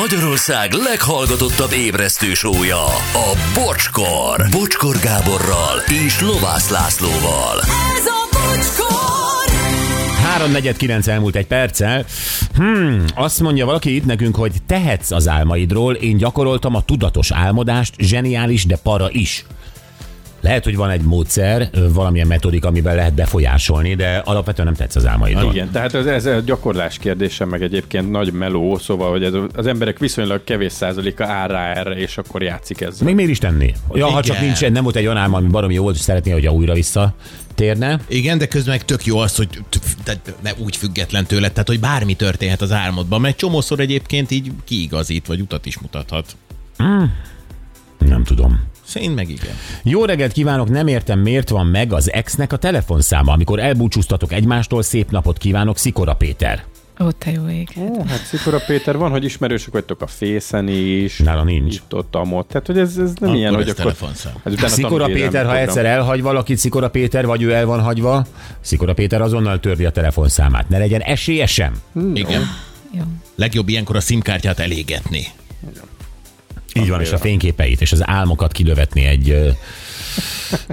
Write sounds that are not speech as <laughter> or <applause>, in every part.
Magyarország leghallgatottabb ébresztő sója, a Bocskor. Bocskor Gáborral és Lovász Lászlóval. Ez a bocskor! 3.49 elmúlt egy perccel. Hmm, azt mondja valaki itt nekünk, hogy tehetsz az álmaidról. Én gyakoroltam a tudatos álmodást, zseniális, de para is. Lehet, hogy van egy módszer, ö, valamilyen metodika, amivel lehet befolyásolni, de alapvetően nem tetsz az álmaidról. Igen, tehát ez, ez a gyakorlás kérdése, meg egyébként nagy meló, szóval, hogy ez, az emberek viszonylag kevés százaléka áll rá erre, és akkor játszik ezzel. Még miért is tenni? Ja, ha Igen. csak nincs, nem volt egy olyan álma, ami baromi jó volt, és szeretné, hogy újra vissza térne. Igen, de közben meg tök jó az, hogy t- f- tehát ne úgy független tőled, tehát hogy bármi történhet az álmodban, mert csomószor egyébként így kiigazít, vagy utat is mutathat. Nem tudom. Én meg igen. Jó reggelt kívánok, nem értem, miért van meg az exnek a telefonszáma, amikor elbúcsúztatok egymástól, szép napot kívánok, Szikora Péter. Ó, te jó ég. Ó, hát Szikora Péter, van, hogy ismerősök vagytok a fészen is. Nála nincs. Itt, ott, amott. Tehát, hogy ez, ez nem Akkor ilyen, ez hogy akkor... Hát telefonszám. Ezután a Hát Szikora tanvédelmi Péter, ha program. egyszer elhagy valakit Szikora Péter, vagy ő el van hagyva, Szikora Péter azonnal törli a telefonszámát. Ne legyen esélye sem. Igen. Jó. Legjobb ilyenkor a szimkártyát elégetni. Így van, és a fényképeit, és az álmokat kilövetni egy, ö,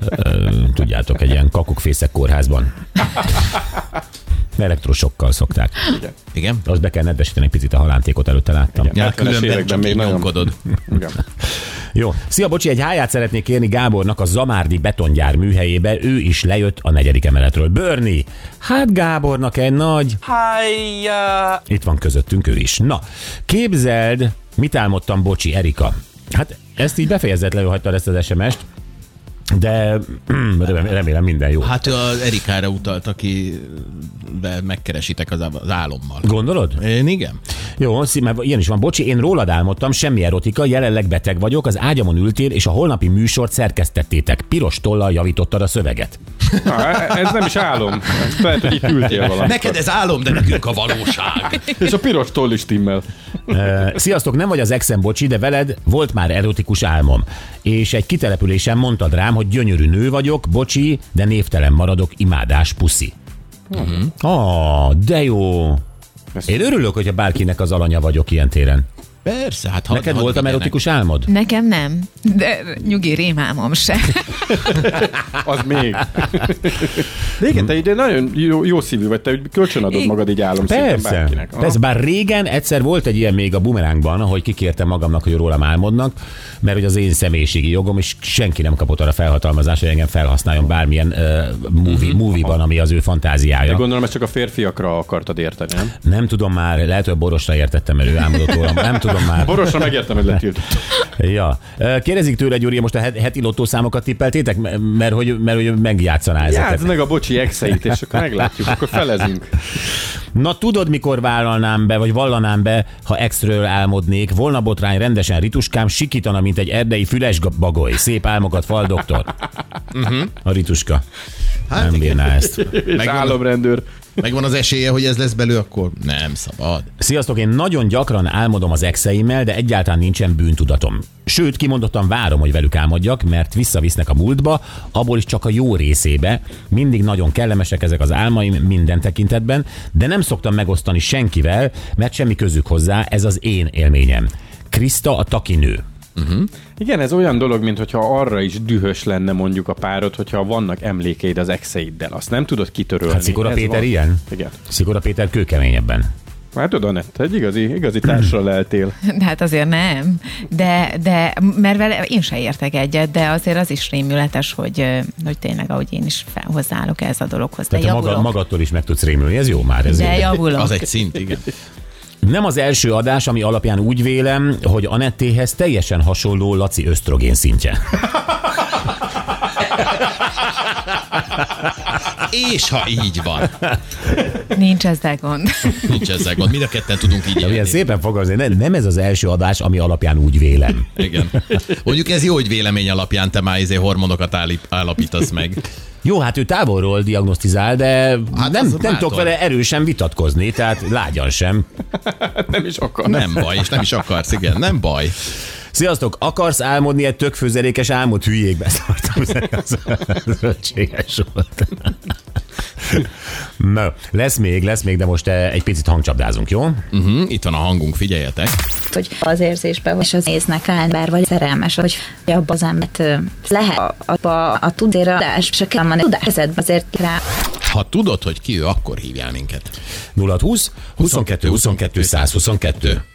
ö, tudjátok, egy ilyen kakukfészek kórházban. Elektrosokkal szokták. Igen? Azt be kell nedvesíteni egy picit a halántékot, előtte láttam. Igen. Ja, 70-es különben években csak még még nagyon- nyomkodod. Igen. Jó. Szia, bocsi, egy háját szeretnék kérni Gábornak a Zamárdi betongyár műhelyébe. Ő is lejött a negyedik emeletről. Börni! Hát Gábornak egy nagy... Hájjá! Itt van közöttünk ő is. Na, képzeld, mit álmodtam, bocsi, Erika. Hát ezt így befejezetlenül hagytad ezt az SMS-t, de <clears throat> mm, remélem- remélem minden jó. Hát ő az Erikára utalt, akivel megkeresitek az, á- az álommal. Gondolod? Én igen. Jó, szí- mert ilyen is van. Bocsi, én rólad álmodtam, semmi erotika, jelenleg beteg vagyok, az ágyamon ültél, és a holnapi műsort szerkesztettétek. Piros tollal javítottad a szöveget. Na, ez nem is álom. Ez Lehet, hogy itt <laughs> ültél valamit. Neked ez álom, de nekünk a valóság. És a piros toll is timmel. Ö, Sziasztok, nem vagy az exem, bocsi, de veled volt már erotikus álmom. És egy kitelepülésen mondtad rám, hogy gyönyörű nő vagyok, bocsi, de névtelen maradok, imádás, puszi. Uh-huh. Ah, de jó. Én örülök, hogyha bárkinek az alanya vagyok ilyen téren. Persze, hát ha Neked voltam erotikus álmod? Nekem nem, de nyugi rémálmom se. <laughs> Az <laughs> még. De igen, te ide nagyon jó, jó szívű vagy, te úgy kölcsönadod magad így álom szinten Persze, bárkinek. Aha. persze, bár régen egyszer volt egy ilyen még a bumeránkban, ahogy kikértem magamnak, hogy rólam álmodnak, mert hogy az én személyiségi jogom, és senki nem kapott arra felhatalmazást, hogy engem felhasználjon bármilyen uh, Mhm. movie, movie-ban, ami az ő fantáziája. Gondolom, ezt csak a férfiakra akartad érteni, nem? Nem tudom már, lehet, hogy a borosra értettem, mert ő álmodott rólam. Nem tudom már. Borosra megértem, hogy letilt. Ja. Kérdezik tőle, Gyuri, most a het- heti lottószámokat tippeltétek? M- Mert hogy, mert hogy megjátszaná <laughs> ezeket. Játsz meg a bocsi exeit, és akkor meglátjuk, akkor <laughs> felezünk. Na tudod, mikor vállalnám be, vagy vallanám be, ha exről álmodnék? Volna botrány rendesen rituskám, sikítana, mint egy erdei füles bagoly. Szép álmokat fal, doktor. A rituska. Hát nem bírná ezt. És Megvan- álomrendőr. Megvan az esélye, hogy ez lesz belőle, akkor nem szabad. Sziasztok, én nagyon gyakran álmodom az exeimmel, de egyáltalán nincsen bűntudatom. Sőt, kimondottan várom, hogy velük álmodjak, mert visszavisznek a múltba, abból is csak a jó részébe. Mindig nagyon kellemesek ezek az álmaim minden tekintetben, de nem szoktam megosztani senkivel, mert semmi közük hozzá, ez az én élményem. Krista a takinő. Igen, ez olyan dolog, mintha arra is dühös lenne mondjuk a párod, hogyha vannak emlékeid az exeiddel. Azt nem tudod kitörölni. Hát Szikora Ez Péter van. ilyen? Igen. Szigora Péter kőkeményebben. Hát tudod, Anett, egy igazi, igazi <clears throat> társra leltél. De hát azért nem. De, de mert vele én se értek egyet, de azért az is rémületes, hogy, ö, hogy tényleg, ahogy én is fel, hozzáállok ehhez a dologhoz. De Tehát te maga, javulok. magadtól is meg tudsz rémülni, ez jó már. Ez de jó. javulok. Az egy szint, igen. Nem az első adás, ami alapján úgy vélem, hogy Anettéhez teljesen hasonló Laci ösztrogén szintje. És ha így van, Nincs ezzel gond. <laughs> nincs ezzel gond. Mind a ketten tudunk így Ilyen élni. szépen fogalmazni, nem, nem ez az első adás, ami alapján úgy vélem. Igen. Mondjuk ez jó, hogy vélemény alapján te már izé hormonokat állít, állapítasz meg. Jó, hát ő távolról diagnosztizál, de hát Hát nem, az nem bátor. tudok vele erősen vitatkozni, tehát lágyan sem. Nem is akar. Nem baj, és nem is akarsz, igen, nem baj. Sziasztok, akarsz álmodni egy tök főzelékes álmod? Hülyékbe szartam, ez az zöldséges volt. Na, lesz még, lesz még, de most eh, egy picit hangcsapdázunk, jó? Hm, itt van a hangunk, figyeljetek. hogy az érzésbe, hogy és az néznek rá ember, vagy szerelmes, hogy abba az embert ö, lehet a, abba a tudéra adás, és a kell van a tudás kezedbe, azért rá. Ha tudod, hogy ki ő, akkor hívjál minket. 0620 22 22 122.